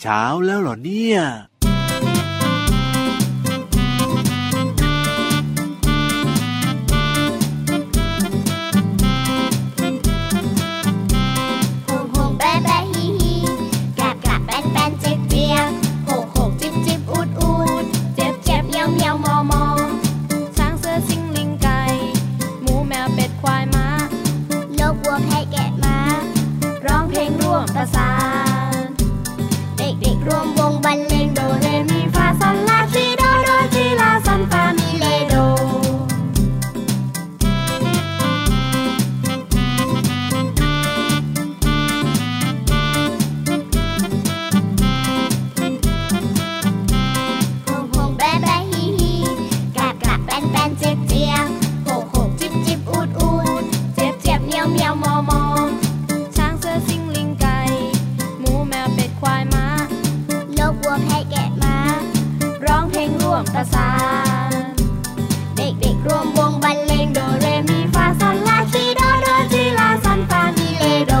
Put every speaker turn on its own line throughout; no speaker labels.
เช้าแล้วเหรอเนี่ย
หงหงแบนแบนฮีฮีแกลบแกลบแบนแบนเจี๊ยบเจี๊ยบหกหกจิบจิบอูดอูดเจ็บเจ็บเมียวเมียวมอมอ
ช้างเสือสิงลิงไก่ หมูแมวเป็ดควายม้า
โลกวัวแพะแกะม้าร้องเพลงร่วมประสาน เด็กๆรวมวงบรรเลงโดเรมีฟาซอนลาซีโดโดจีลาซันฟามิเลโด หงหงแบะแบะฮีฮีกลับกลับแบนแบนเจี๊ยบเจี๊ยบโหกโหกจิบจิบอูดอูดเจี๊ยบเจี๊ยบเมียวเมียวมอมอ
ช้างเสือสิงลิงไก่ หมูแมวเป็ดควายม้า
โลกวัวแพะแกะม้าร้องเพลงร่วมประสานเด็กๆรวมวงบรรเลงโดเรมีฟาซอนลาซีโดโดจีลาซอนฟามิเลโด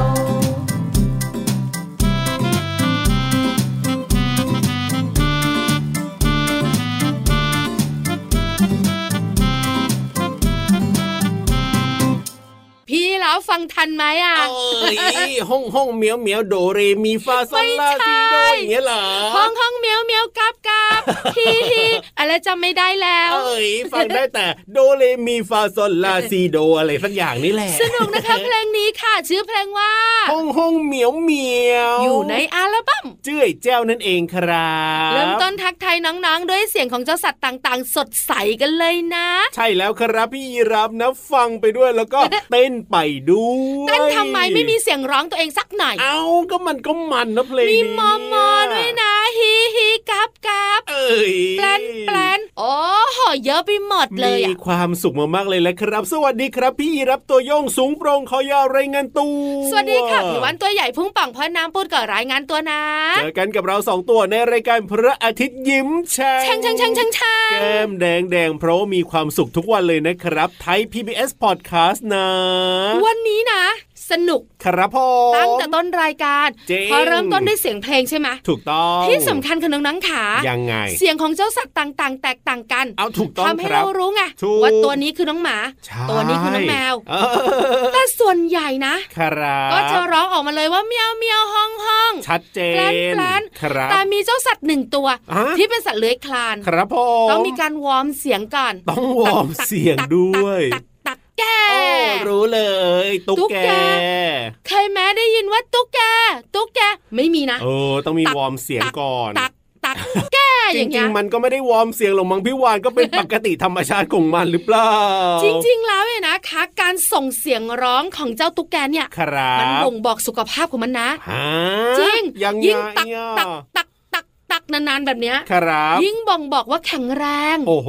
พี่แล้วฟังทันไหมอ่ะ
เอ้ยห้องห้องเมียวเมียวโดเรมีฟาซาลาซีโด
ไม่ใช่
อย่างเงี้ยเหรอ
ห้องห้องเมียวเมียวกับกับฮีฮีอะไรจำไม่ได้แล้ว
เอ้ยฟังได้แต่โดเรมีฟาซอลาซีโดอะไรสักอย่างนี่แหละ
สนุก นะคะเพลงนี้ค่ะ ชื่อเพลงว่า
ห้องห้องเมียวเมียว
อยู่ในอัลบั้ม
เจ้ยแจ้วนั่นเองครับ
เริ่มต้นทักทายน้องๆ ด้วยเสียงของเจ้าสัตว์ต่างๆ สดใสกันเลยนะ
ใช่แล้วครับพี่ยีรับนะฟังไปด้วยแล้วก็เต้นไปด้วย
เต้นทำไมไม่มีเสียงร้องตัวเองสักหน่อย
เอาก็มันก็มันนะเพลง
มี
นี้
มอมอด้วยนะฮีฮีกับกับ
เอ้ย
แปลนแปลนโอ้โหเยอะไปหมดเลย
มี
อ่ะ
ความสุขมากๆเลยแหละครับ สวัสดีครับ พี่รับตัวโยงสูงโปรงคอยาวรายงานตัว
สวัสดีค่ะผิววันตัวใหญ่พุ่งป่องพอน้ำพูดกับรายงานตัวนะ
เจอกันกับเราสองตัวในรายการพระอาทิตย์ยิ้มแฉ่
แช่งแช่งแช่งแช่งแช่ง
แก้มแดงแดงเพราะว่ามีความสุขทุกวันเลยนะครับ ไทย PBS Podcast นะ
วันนี้นะ สนุก
ครับพ่
ตั้งแต่ต้นรายการ
จริง
พอเริ่มต้นด้วยเสียงเพลงใช่ไหม
ถูกต้อง
ที่สำคัญคือน้องๆขา
ยังไง
เสียงของเจ้าสัตว์ต่างๆ แตกต่างกัน
เอาถูกต้อง
ทำให้
ครับ
เรารู้ไง
ถูก
ว่าตัวนี้คือน้องหมา
ใช่
ตัวนี้คือน้องแมว
เออ
แต่ส่วนใหญ่นะครับ ก็จะร้องออกมาเลยว่าเมียวเมียวห้องห้อง
ชัดเจ
แกลน
น
แกลน
ครับ
แต่มีเจ้าสัตว์หนึ่งตัว
ฮะ
ที่เป็นสัตว์เลื้อยคลาน
ครับพ่
ต้องมีการวอร์มเสียงก่อน
ต้องวอร์ม
ตักตัก
เสียงด้วย
ตักตักตักตักแก
โอ้รู้เลยตุ๊ก
ตุ๊ก
แก
แก เคยแม้ได้ยินว่าตุ๊กแก ตุ๊กแกไม่มีนะ
เออต้องมี
ตัก
วอร์มเสียงก่อน
ตักตักแก
จ
อย่าง
ริ
เงี้
ง
ย
ๆมันก็ไม่ได้วอร์มเสียงหรอกมั้งพี่วานก็เป็น ปกติธรรมชาติของมันหรือเปล่า
จริง ๆ แล้วเนี่ยนะคะการส่งเสียงร้องของเจ้าตุ๊กแกเนี่ย
ครั
มัน
บ
บ่งบอกสุขภาพของมันนะ
ฮะ
จริง
ยังไง
ยิ่งตัก
อ่ะ
ตักตักตักตักนานๆแบบเนี้ย
ครับ
ยิ่งบ่งบอกว่าแข็งแรง
โอ้โห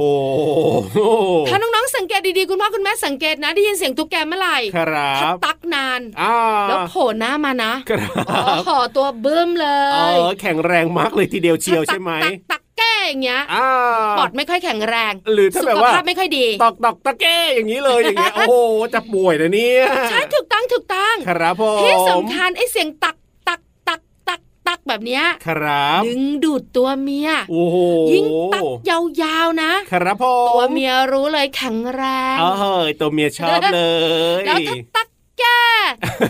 ถ้าน้องๆสังเกตดีๆคุณพ่อคุณแม่สังเกตนะได้ยินเสียงตุ๊กแกเมื่อไหร่
ครั
ถ้า
บ
ตักนาน
อ้า
แล้วโผล่หน้ามานะครับ โอ้โหตัวเบิ่มเล
เอยอแข็งแรงมากเลยทีเดียวเชียวใช่ไหม
ตักตักตักแกอย่างเงี้ย
อ้า
ปอดไม่ค่อยแข็งแรง
หรือถ้า
สุ
แบบ
ข
ว่า
ภาพไม่ค่อยดี
ตอกตอกตะแก้อย่างนี้เลยอย่างเงี้ย โอ้โหจะป่วยนะเนี่ย
ใช่ถูกต้องถูกต้อง
ครับผม
ที่สำคัญไอ้เสียงตักตักตักตักตักแบบเนี้ย
ครับ
ดึงดูดตัวเมีย
โอ้โห
ยิ่งตักยาวๆนะ
ครับผม
ตัวเมียรู้เลยแข็งแรง
เออเฮ้ยตัวเมียชอบเลย
แล้วถ้าตักแก้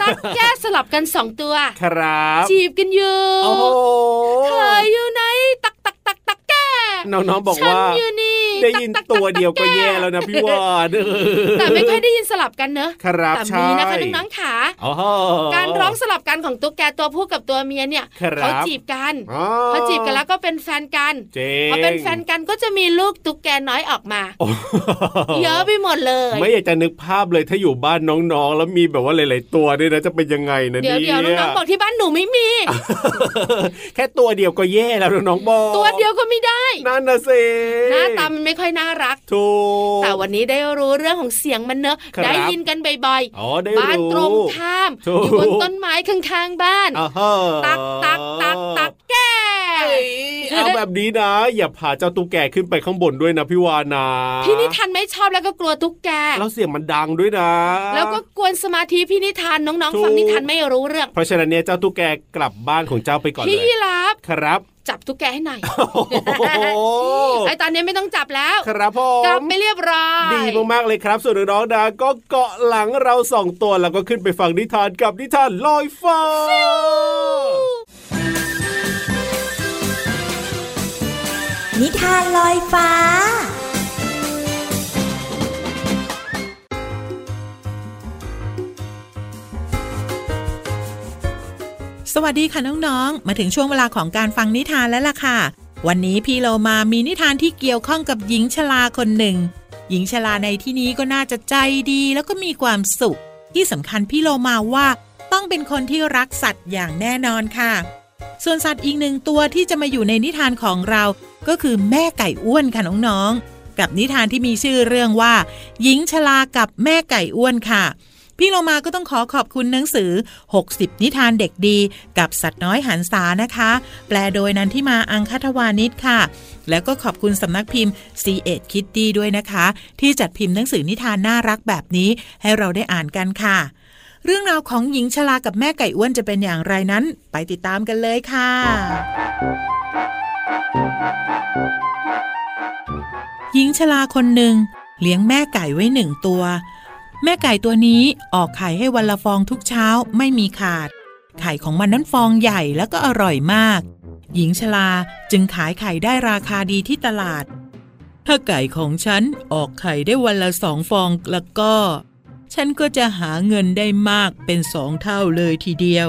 ตัก แก้สลับกันสองตัว
ครับ
จีบกันอยู่
โอ้โห
เธออยู่ไหนตักตักตักตักแก้
น้องๆบอก
ฉัน
ว่า
อยู่นี่
ได้ยิน
ตักตักตัก
ตัวเดียวก็
ตั
แย่แล้วนะพี่วาน
แต่ไม่ค่อยได้ยินสลับกันเนอะ
ครับ
แต่
ใช่
มีนะคะน้องๆขา
โอ้โห
การร้องสลับกันของตุ๊กแกตัวผู้กับตัวเมียเนี่ย
ครับ
เขาจีบกัน
อ๋อ
พอจีบกันแล้วก็เป็นแฟนกัน
เจ๊
พอเป็นแฟนกันก็จะมีลูกตุ๊กแกน้อยออกมา เยอะไปหมดเลย
ไม่อยากจะนึกภาพเลยถ้าอยู่บ้านน้องๆ แล้วมีแบบว่าหลายๆตัวเนี่ยนะจะเป็นยังไงนะ
เดี๋ยว
เนี่
เดี๋ยวน้องๆบอกที่บ้านหนูไม่มี
แค่ตัวเดียวก็แย่แล้วน้องๆบอก
ตัวเดียวก็ไม่ได้
นั่นนะสิ
หน้าตามันไม่ค่อยน่ารัก
ถูก
แต่วันนี้ได้รู้เรื่องของเสียงมันเนอะ
ครับ
ได้ยินกันบ่อย
อ๋อได้
ๆบ้าน
รู้
ตรงข้าม
ถู
อก ยู่บนต้นไม้ข้างๆบ้าน
อ่าฮะ
ตักตักตักตักแก้
เอ้ย เอาแบบนี้นะ อย่าพาเจ้าตุ๊กแกขึ้นไปข้างบนด้วยนะพี่วานะ
พี่นิทานไม่ชอบแล้วก็กลัวตุ๊กแก
แล้วเสียงมันดังด้วยนะ
แล้วก็กวนสมาธิพี่นิทานน้อง
ถู
ๆ
ก
ฟังนิทานไม่รู้เรื่อง
เพราะฉะนั้นเนี่ยเจ้าตุ๊กแกกลับบ้านของเจ้าไปก่อนเล
พี่ยี
ย
ราฟ
ครับ
จับตุ๊กแกให้หน่อย
โอ้โห
ไอตอนนี้ไม่ต้องจับแล้ว
ครับพ่อก
ลับไม่เรียบร้อย
ดีมากๆเลยครับ ส่วนน้องๆนะก็เกาะหลังเราสองตัวแล้วก็ขึ้นไปฟังนิทานกับนิทานลอยฟ้า
นิทานลอยฟ้า
สวัสดีค่ะน้องๆ มาถึงช่วงเวลาของการฟังนิทานแล้วล่ะค่ะ วันนี้พี่เรามามีนิทานที่เกี่ยวข้องกับหญิงชราคนหนึ่ง หญิงชราในที่นี้ก็น่าจะใจดีแล้วก็มีความสุข ที่สำคัญพี่เรามาว่า ต้องเป็นคนที่รักสัตว์อย่างแน่นอนค่ะ ส่วนสัตว์อีกหนึ่งตัวที่จะมาอยู่ในนิทานของเรา ก็คือแม่ไก่อ้วนค่ะน้องๆ กับนิทานที่มีชื่อเรื่องว่า หญิงชรากับแม่ไก่อ้วนค่ะ พี่เรามาก็ต้องขอขอบคุณหนังสือ 60 นิทานเด็กดี กับสัตว์น้อยหันษานะคะ แปลโดยนันทิมาอังคทวานิชค่ะ แล้วก็ขอบคุณสำนักพิมพ์ c ีเอ็ดคิตตี้ด้วยนะคะ ที่จัดพิมพ์หนังสือนิทานน่ารักแบบนี้ ให้เราได้อ่านกันค่ะ เรื่องราวของหญิงชรากับแม่ไก่อ้วนจะเป็นอย่างไรนั้น ไปติดตามกันเลยค่ะ หญิงชราคนหนึ่งเลี้ยงแม่ไก่ไว้หนึ่งตัว แม่ไก่ตัวนี้ออกไข่ให้วันละฟองทุกเช้าไม่มีขาด ไข่ของมันนั้นฟองใหญ่แล้วก็อร่อยมาก หญิงชลาจึงขายไข่ได้ราคาดีที่ตลาด ถ้าไก่ของฉันออกไข่ได้วันละสองฟองแล้วก็ ฉันก็จะหาเงินได้มากเป็นสองเท่าเลยทีเดียว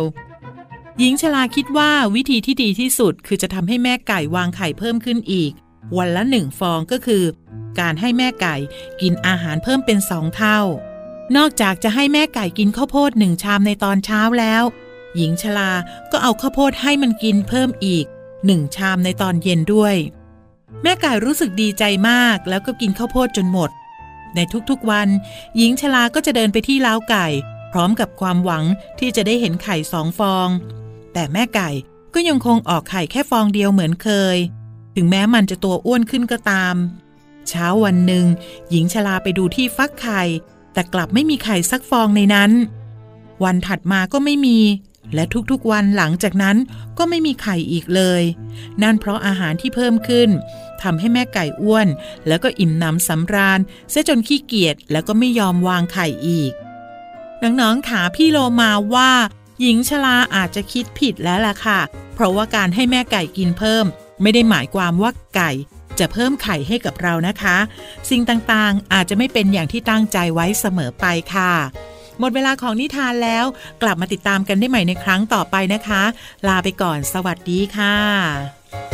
หญิงชลาคิดว่าวิธีที่ดีที่สุดคือจะทำให้แม่ไก่วางไข่เพิ่มขึ้นอีก วันละหนึ่งฟองก็คือ การให้แม่ไก่กินอาหารเพิ่มเป็นสองเท่า นอกจากจะให้แม่ไก่กินข้าวโพดหนึ่งชามในตอนเช้าแล้ว หญิงชราก็เอาข้าวโพดให้มันกินเพิ่มอีกหนึ่งชามในตอนเย็นด้วย แม่ไก่รู้สึกดีใจมากแล้วก็กินข้าวโพดจนหมด ในทุกๆวัน หญิงชราก็จะเดินไปที่ล้าวไก่ พร้อมกับความหวังที่จะได้เห็นไข่สองฟอง แต่แม่ไก่ก็ยังคงออกไข่แค่ฟองเดียวเหมือนเคย ถึงแม้มันจะตัวอ้วนขึ้นก็ตาม เช้าวันหนึ่ง หญิงชราไปดูที่ฟักไข่ แต่กลับไม่มีไข่สักฟองในนั้น วันถัดมาก็ไม่มี และทุกๆวันหลังจากนั้นก็ไม่มีไข่อีกเลย นั่นเพราะอาหารที่เพิ่มขึ้นทำให้แม่ไก่อ้วน แล้วก็อิ่มหนำสำราญเสียจนขี้เกียจแล้วก็ไม่ยอมวางไข่อีก น้องๆขาพี่โลมาว่า หญิงชราอาจจะคิดผิดแล้วล่ะค่ะ เพราะว่าการให้แม่ไก่กินเพิ่ม ไม่ได้หมายความว่าไก่ จะเพิ่มไข่ให้กับเรานะคะ สิ่งต่างๆอาจจะไม่เป็นอย่างที่ตั้งใจไว้เสมอไปค่ะ หมดเวลาของนิทานแล้วกลับมาติดตามกันได้ใหม่ในครั้งต่อไปนะคะ ลาไปก่อนสวัสดีค่ะ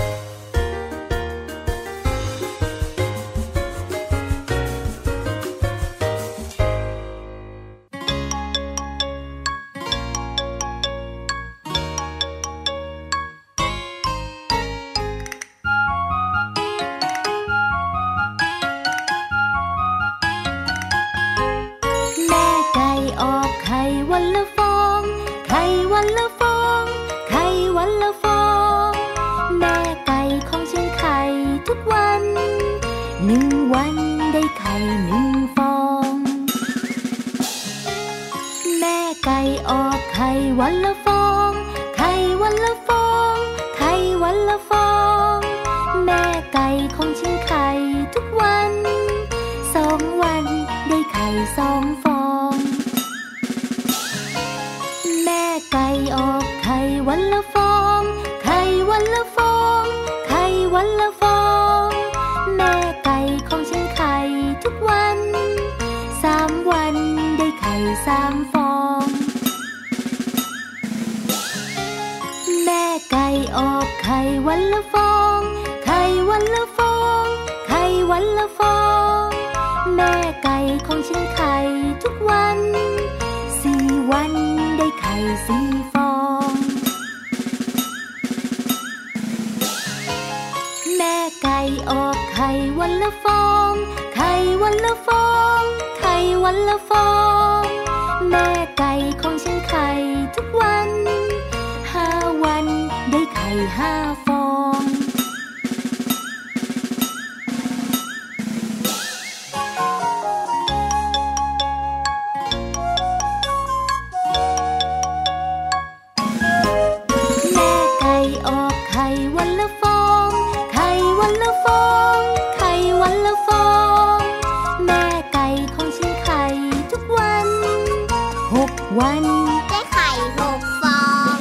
แม่ไก่ออกไข่วันละฟอง ไข่วันละฟอง ไข่วันละฟอง แม่ไก่ของฉันไข่ทุกวัน หนึ่งวันได้ไข่หนึ่งฟอง แม่ไก่ออกไข่วันละฟอง ไข่วันละฟอง ไข่วันละฟอง แม่ไก่ของฉันไข่ทุกวัน สองวันได้ไข่สองฟอง แม่ไก่ออกไข่วันละฟอง ไข่วันละฟอง ไข่วันละฟอง แม่ไก่ของฉันไข่ทุกวัน สามวันได้ไข่สามฟอง แม่ไก่ออกไข่วันละฟอง ไข่วันละฟอง ไข่วันละฟอง แม่ไก่ของฉันไข่ทุกวัน สี่วันได้ไข่สี่ฟอง แม่ไก่ออกไข่วันละฟอง ไข่วันละฟอง ไข่วันละฟอง แม่ไก่ของฉันไข่ทุกวัน ห้าวันได้ไข่ห้าฟอง
วัน
ได้ไข่หกฟอง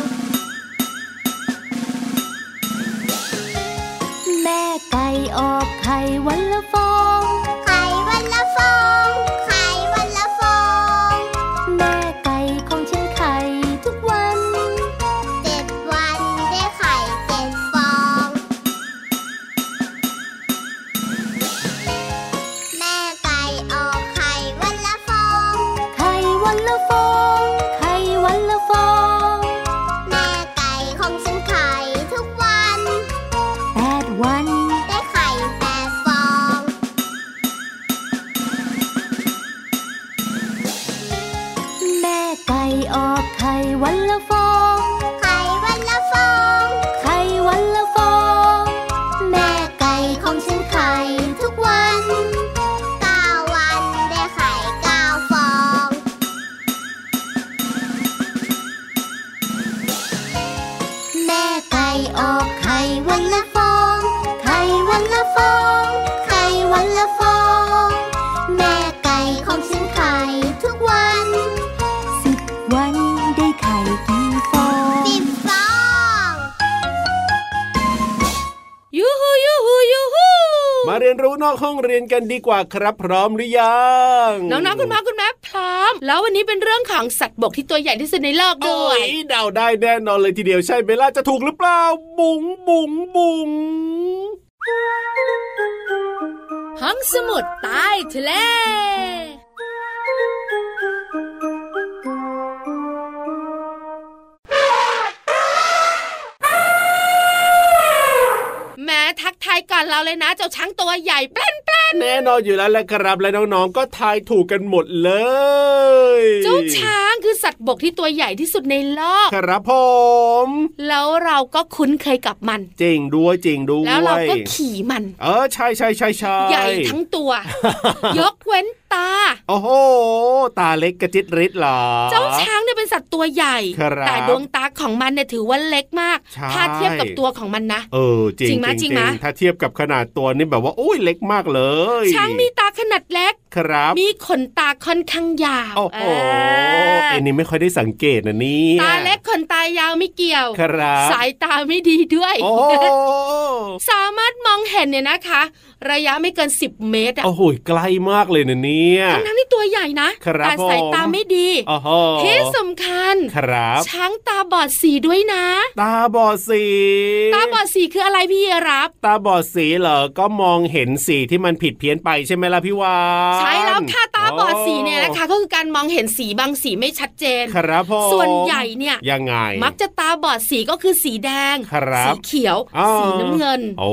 แม่ไก่ออกไข่วันละฟอง
ไข่วันละฟอง ไข่วันละฟอง
แม่ไก่ของฉันไข่ทุกวัน
เจ็ดวันได้ไข่เจ็ดฟอง แม่ไก่ออกไข่วันละฟอง
ไข่วันละฟอง ไข่วันละฟอง
แม่ไก่ของฉันไข่ทุกวัน
แปดวัน
ได้ไข่แปดฟอง
แม่ไก่ออกไข่วันละฟอง
ไข่วันละฟอง
ไข่วันละฟอง
แม่ไก่ของฉันไข่ทุกวันเก้าวันได้ไข่เก้าฟอง แม่ไก่ออกไข่วันละฟอง ไข่วันละฟอง ไข่วันละฟอง แม่ไก่ของฉันไข่ทุกวัน
สิบวันได้ไข่กี่ฟอง
สิบฟอง
ยูฮูยูฮูยูฮู
มาเรียนรู้นอกห้องเรียนกันดีกว่าครับ พร้อมหรือยัง
น้องๆคุณพ่อคุณแม่พร้อม แล้ววันนี้เป็นเรื่องของสัตว์บกที่ตัวใหญ่ที่สุดในโลก
โอ้
ด้วย
ยเดาได้แน่นอนเลยทีเดียวใช่ไหมล่ะจะถูกหรือเปล่า บุ๋งบุ๋งบุ๋ง
ห้องสมุดใต้ทะเล แม้ทักทายก่อนเราเลยนะ เจ้าช้างตัวใหญ่แปลนแปลน
แน่นอนอยู่แล้วแหละครับ และน้องๆก็ทายถูกกันหมดเลย
เจ้าช้างคือสัตว์บกที่ตัวใหญ่ที่สุดในโลก
ครับผม
แล้วเราก็คุ้นเคยกับมัน
เจริงด้วยเจริงด้วย
แล้วเราก็ขี่มัน
เออใช่ใช่ใช่ใช่
ใหญ่ทั้งตัว ยกเว้นตา
โอ้โห ตาเล็กกระจิตริดเหรอ
เจ้าช้างเนี่ยเป็นสัตว์ตัวใหญ่
ครับ
แต่ดวงตาของมันเนี่ยถือว่าเล็กมาก
ใช่
ถ้าเทียบกับตัวของมันนะ
เออจริง
จริงไหม
จริง
จริงไหม
ถ้าเทียบกับขนาดตัวนี่แบบว่าโอ้ยเล็กมากเลย
ช้างมีตาขนาดเล็ก
ครับ
มีขนตาค่อนข้างยาว
โอ้โห
เอ
ไอ้
อ
นี่ไม่ค่อยได้สังเกตนะเนี่ย
ตาเล็กขนตายาวไม่เกี่ยว
ครับ
สายตาไม่ดีด้วย
โอ้โห
สามารถมองเห็นเนี่ยนะคะ ระยะไม่เกิน 10 เมตรอะ
โอ้โหใกล้มากเลยนะเนี่ย
ทั้งๆที่ตัวใหญ่นะครับแต่สายตา
ผม
ไม่ดี
โอ้โห
ที่สำคัญ
ครับ
ช้างตาบอดสีด้วยนะ
ตาบอดสี
ตาบอดสีคืออะไรพี่รับ
ตาบอดสีเหรอ ก็มองเห็นสีที่มันผิดเพี้ยนไปใช่ไหมล่ะพี่วาน
ใช้แล้วค่ะตาบอดสีเนี่ยนะคะก็คือการมองเห็นสีบางสีไม่ชัดเจน
ครับผม
ส่วนใหญ่เนี่ย
ยังไง
มักจะตาบอดสีก็คือสีแดง
ครับ
สีเขียว
อ้าว
สีน้ำเงิน
โอ้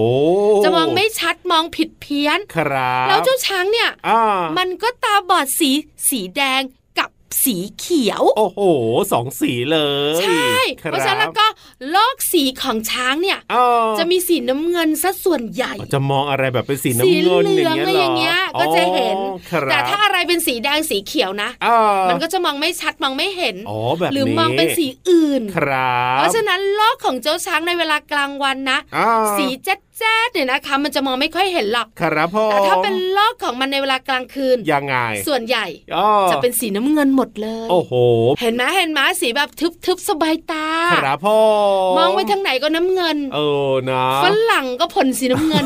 จะมองไม่ชัดมองผิดเพี้ยน
ครับ
แล้วเจ้าช้างเนี่ย
อ่า
มันก็ตาบอดสี สีแดงกับสีเขียว
โอ้โหสองสีเลย
ใช่
คบ
เพราะฉะนั้นแล้วก็โลกสีของช้างเนี่ย
อ้าว
จะมีสีน้ำเงินซะส่วนใหญ่
จะมองอะไรแบบเป็นสี
สี
น้ำ
เหลื
เงิน
อย่
อา
อง ง
เงี้ย
อะไร
เหร
อ
อย่าง
เงี้ยก็จะเห็น
ครับ
แต่ถ้าอะไรเป็นสีแดงสีเขียวนะ
อ้าว
มันก็จะมองไม่ชัดมองไม่เห็น
อ๋อแบบ
หรือ
นี้
มองเป็นสีอื่น
ครับ
เพราะฉะนั้นโลกของเจ้าช้างในเวลากลางวันนะ
อ่า
สีแจ๊ดแจ๊ดเนี่ยนะคะ มันจะมองไม่ค่อยเห็นหรอก
ครับพ่อ
แต่ถ้าเป็นโลกของมันในเวลากลางคืน
ยังไง
ส่วนใหญ่
อ้อ
จะเป็นสีน้ำเงินหมดเลย
โอ้โห
เห็นไหมเห็นไหมสีแบบทึบๆสบายตา
ครับพ่อ
มองไปทางไหนก็น้ำเงิน
เออนะ
ฝรั่งก็ผลสีน้ำเงิ น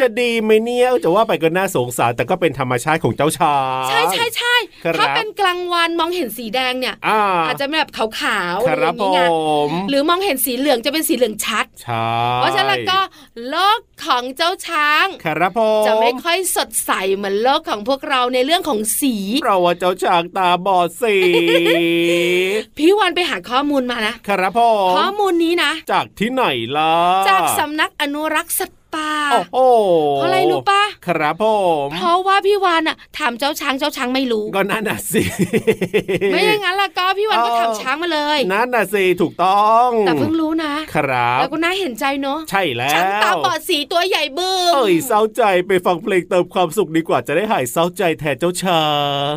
จะดีไหมเนี่ยจะว่าไปก็น่าสงสารแต่ก็เป็นธรรมชาติของเจ้าชาย
ใช่ใช่ใช่
ครับ
ถ้าเป็นกลางวันมองเห็นสีแดงเนี่ย
อ่า
อาจจะแบบขาวๆ
ค
อะไรอ
รับผ
ย่างนี้ไง
ม
หรือมองเห็นสีเหลืองจะเป็นสีเหลืองชัด
ใช่
เพราะฉะนั้นแล้วก็โลกของเจ้าช้าง
ครับผม
จะไม่ค่อยสดใสเหมือนโลกของพวกเราในเรื่องของสี
เพราะว่าเจ้าชางตาบอดสี
พี่วันไปหาข้อมูลมานะ
ครับผ
ข้อ
ม
มูลนี้นะ
จากที่ไหนล่ะ
จากสำนักอนุรักษ์สัตว์ป่า
โอ้โห
เพราะอะไรรู้ปะ
ครับผม
เพราะว่าพี่วานอะถามเจ้าช้างเจ้าช้างไม่รู้
ก็นั่นน่ะสิ
ไม่อย่างนั้นล่ะก็พี่วานก็ถามช้างมาเลย
นั่นน่ะสิถูกต้อง
แต่เพิ่งรู้นะ
ครับ
แล้วก็น่าเห็นใจเนาะ
ใช่แล้ว
ช้างตาบอดสีตัวใหญ่เบิ้ม
เอ้ยเศร้าใจไปฟังเพลงเติมความสุขดีกว่าจะได้หายเศร้าใจแทนเจ้าช้าง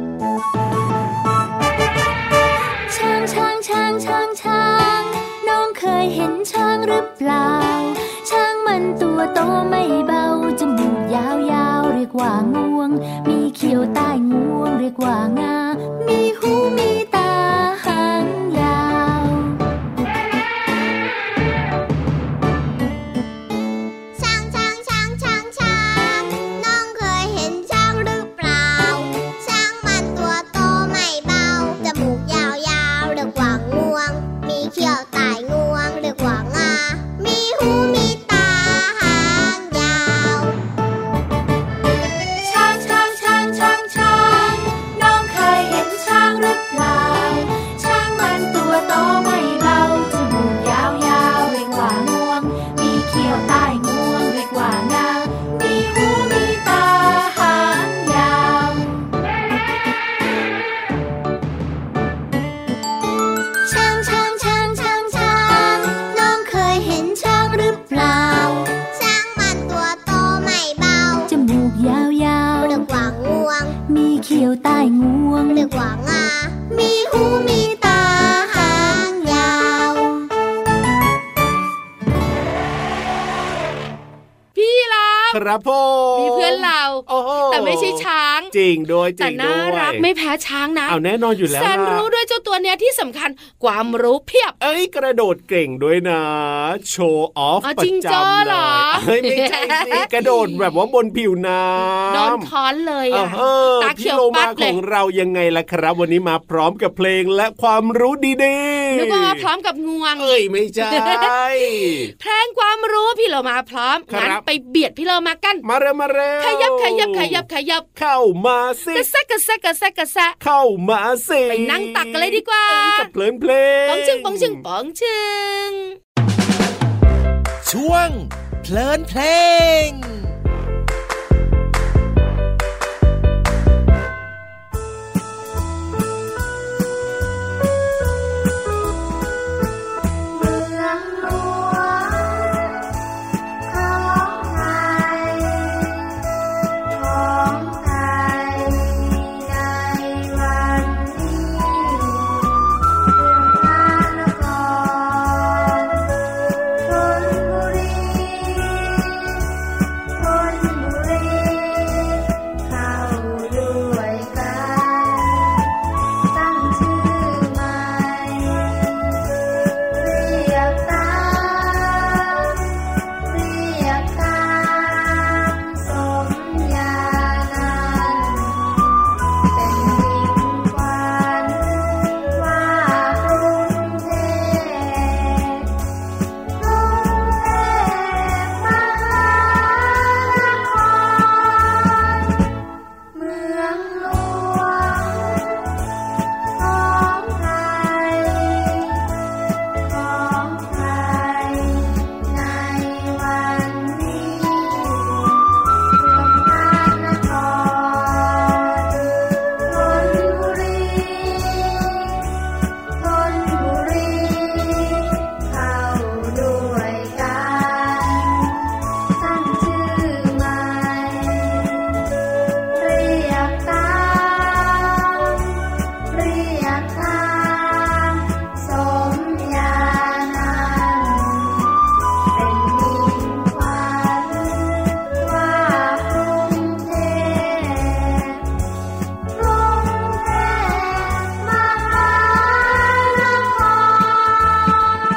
แ
ที่ยวใต้งวง
นึกว่างา มีหูมีตาหางยาว
พี่รัก
ครับผม
มีเพื่อนเรา
โอ้โห
แต่ไม่ใช่ช้าง
จริงโดวยจ
แต่
ริง
น่า
ด้วย
รักไม่แพ้ช้างนะ
เอาแน่นอนอยู่แล้ว
แสน
ล่ะ
รู้ด้วยเจ้าตัวเนี้ยที่สำคัญความรู้เพียบ
เอ้ยกระโดดเก่งด้วยนะโชว์ออฟป
อ๋อ
ระ
จิงโจ้
จำเล
เหร
ย
อ
เฮ้ยไม่ใช่ สิกระโดดแบบว่าบนผิวน้ำ
โดนค้อนเลย
เอ
อ่ะ
อเออ
ตา
พี่
เขียว
โลมา
ปัด
ข
เลย
องเรายังไงล่ะครับ วันนี้มาพร้อมกับเพลงและความรู้ดีๆ
นึกว่ามาพร้อมกับงวง
เอ้ยไม่ใช่
แพลงความรู้พี่เรามาพร้อม
ครับ
งั้นไปเบียดพี่เรามากัน
มาเร็วมาเร็ว
ขยับขยับขยับขยับ
เข้ามาสิ
กระแซะกระแซะกระแซะกระแซะ
เข้ามาสิ
ไปนั่งตักกันเลยดีกว่า
เอ้ยกับเพลินเพลง
ปองชึงปองชึงปองชึง
ช่วงเพลินเพลง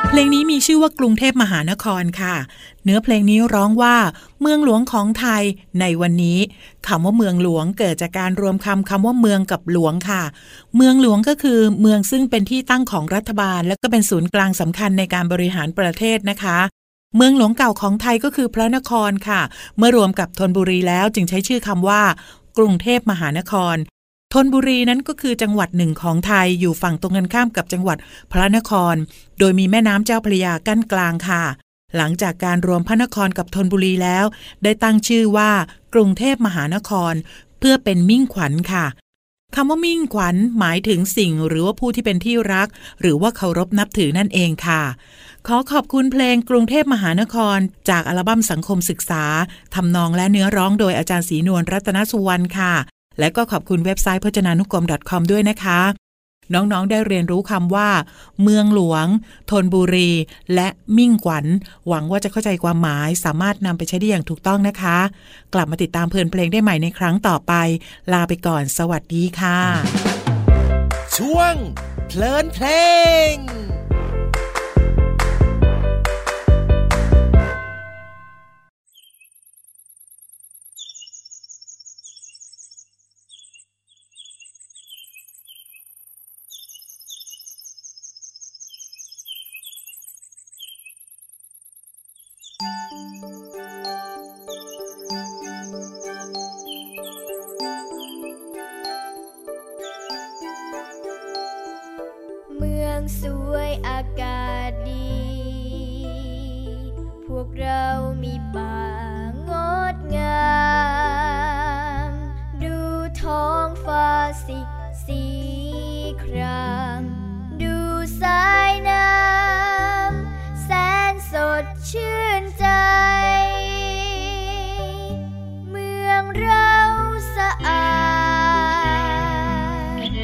เพลงนี้มีชื่อว่ากรุงเทพมหานครค่ะ เนื้อเพลงนี้ร้องว่า เมืองหลวงของไทยในวันนี้คำว่าเมืองหลวงเกิดจากการรวมคำคำว่าเมืองกับหลวงค่ะ เมืองหลวงก็คือเมืองซึ่งเป็นที่ตั้งของรัฐบาล และก็เป็นศูนย์กลางสำคัญในการบริหารประเทศนะคะ เมืองหลวงเก่าของไทยก็คือพระนครค่ะ เมื่อรวมกับธนบุรีแล้วจึงใช้ชื่อคำว่า กรุงเทพมหานคร ธนบุรีนั้นก็คือจังหวัดหนึ่งของไทยอยู่ฝั่งตรงกันข้ามกับจังหวัดพระนคร โดยมีแม่น้ำเจ้าพระยากั้นกลางค่ะ หลังจากการรวมพระนครกับธนบุรีแล้ว ได้ตั้งชื่อว่ากรุงเทพมหานคร เพื่อเป็นมิ่งขวัญค่ะคำว่ามิ่งขวัญหมายถึงสิ่งหรือว่าผู้ที่เป็นที่รัก หรือว่าเคารพนับถือนั่นเองค่ะ ขอขอบคุณเพลงกรุงเทพมหานคร จากอัลบั้มสังคมศึกษาทำนองและเนื้อร้องโดยอาจารย์ศรีนวลรัตนสุวรรณค่ะ และก็ขอบคุณเว็บไซต์พจนานุกรม .com ด้วยนะคะ น้องๆ ได้เรียนรู้คำว่า เมืองหลวงธนบุรี และมิ่งขวัญ หวังว่าจะเข้าใจความหมาย สามารถนำไปใช้ได้อย่างถูกต้องนะคะ กลับมาติดตามเพลินเพลงได้ใหม่ในครั้งต่อไป ลาไปก่อน สวัสดีค่ะ
ช่วงเพลินเพลง
เมืองสวยอากาศดี พวกเรามีป่างดงาม ดูท้องฟ้าสิสีคราม ดูสายน้ำแสนสดชื่นใจ เมืองเราสะอาด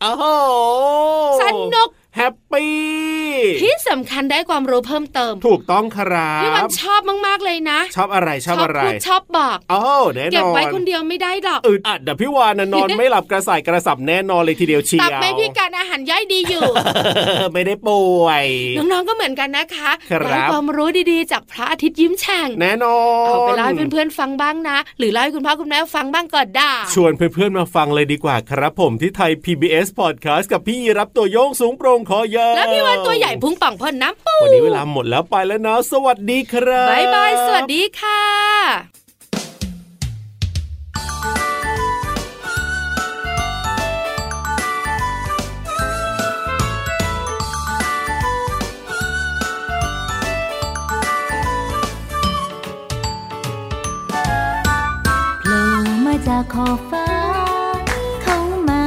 โอ้โห
สนุก
แฮปปี้
ที่สำคัญได้ความรู้เพิ่มเติม
ถูกต้องครับ
พี่วันชอบมากๆเลยนะ
ชอบอะไรชอบอะไร
พูดชอบบอก
โอ้โหแน่นอน
เก็บไว้คนเดียวไม่ได้หรอก
อึดอัดเดี๋ยวพี่วานนะน อน ไม่หลับกระส่ายกระสับแน่นอนเลยทีเดียวเชียว
ตับไม่พิการอาหารย่อยดีอยู่
เออ ไม่ได้ป่วย
น้องๆก็เหมือนกันนะคะ
ครับ
ได้ความรู้ดีๆ จากพระอาทิตย์ยิ้มแฉ่ง
แน่นอน
เอาไปเล่าให้เพื่อนๆฟังบ้างนะ หรือเล่าให้คุณพ่อคุณแม่ฟังบ้างก็ได้
ชวนเพื่อนๆมาฟังเลยดีกว่าครับผมที่ไทย PBS Podcast กับพี่รับตัวโยงสูงโปร่งคอยาว
แล้วพี่วันตัวใหญ่พุงป่องพ่นน้ำปู
วันนี้เวลาหมดแล้วไปแล้วนะ สวัสดีครับ
บายบายสวัสดีค่ะ
โผล่มาจากขอบฟ้า เข้ามา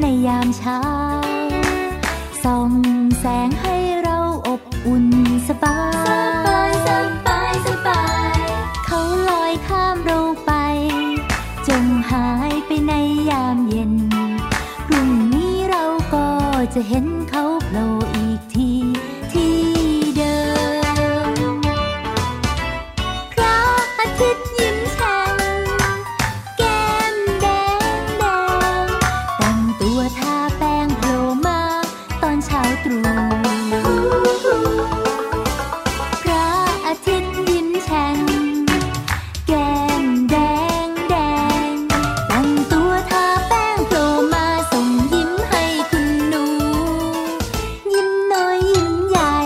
ในยามเช้า ส่องแสงให้เราอบอุ่นสบาย สบาย สบาย เขาลอยข้ามเราไป จงหายไปในยามเย็น พรุ่งนี้เราก็จะเห็นเขาโผล่อีกที ที่เดิม พระอาทิตย์ยิ้มแฉ่งแก้มแดงแดงแต่งตัวทาแป้งโผล่มาตอนเช้าตรู่พระอาทิตย์ยิ้มแฉ่งแก้มแดงแดงแต่งตัวทาแป้งโผล่มาส่งยิ้มให้คุณหนู ยิ้มน้อยยิ้มใหญ่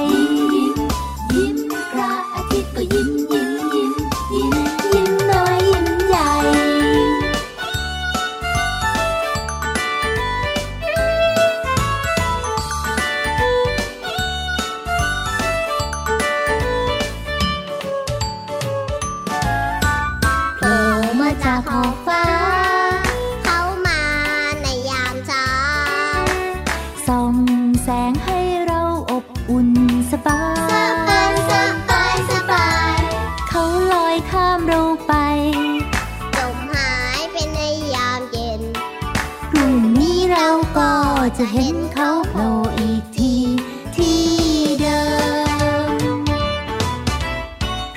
ยิ้มพระอาทิตย์ก็ยิ้มยิ้มยิ้มยิ้มยิ้มน้อยยิ้มใหญ่ โผล่มาจากขอบฟ้า เขามาในยามเช้า ส่องแสงให้เราอบอุ่นสบาย สบาย สบาย สบาย เขาลอยข้ามเราไป จมหายไปในยามเย็น พรุ่งนี้เราก็จะเห็นเขาโผล่อีกที ที่เดิม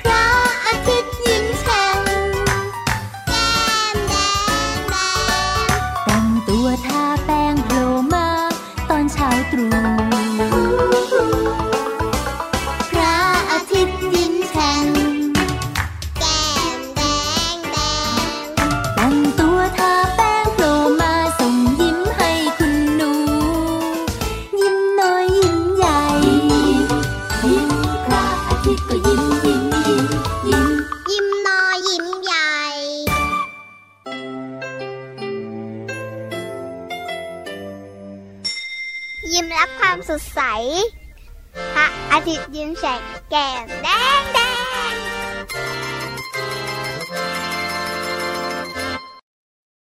พระอาทิตย์ยิ้มแฉ่งแก้มแดงแดงแต่งตัวทาแป้งโผล่มาตอนเช้าตรู่พระอาทิตย์ยิ้มแฉ่งแก้มแดงแดงแต่งตัวทาแป้งโผล่มาส่งยิ้มให้คุณหนู ยิ้มน้อยยิ้มใหญ่ ยิ้มพระอาทิตย์ก็ยิ้มยิ้มยิ้มยิ้มยิ้มน้อยยิ้มใหญ่ ยิ้มรับความสดใส พระอาทิตย์ยิ้มแฉกแก้มแดงแด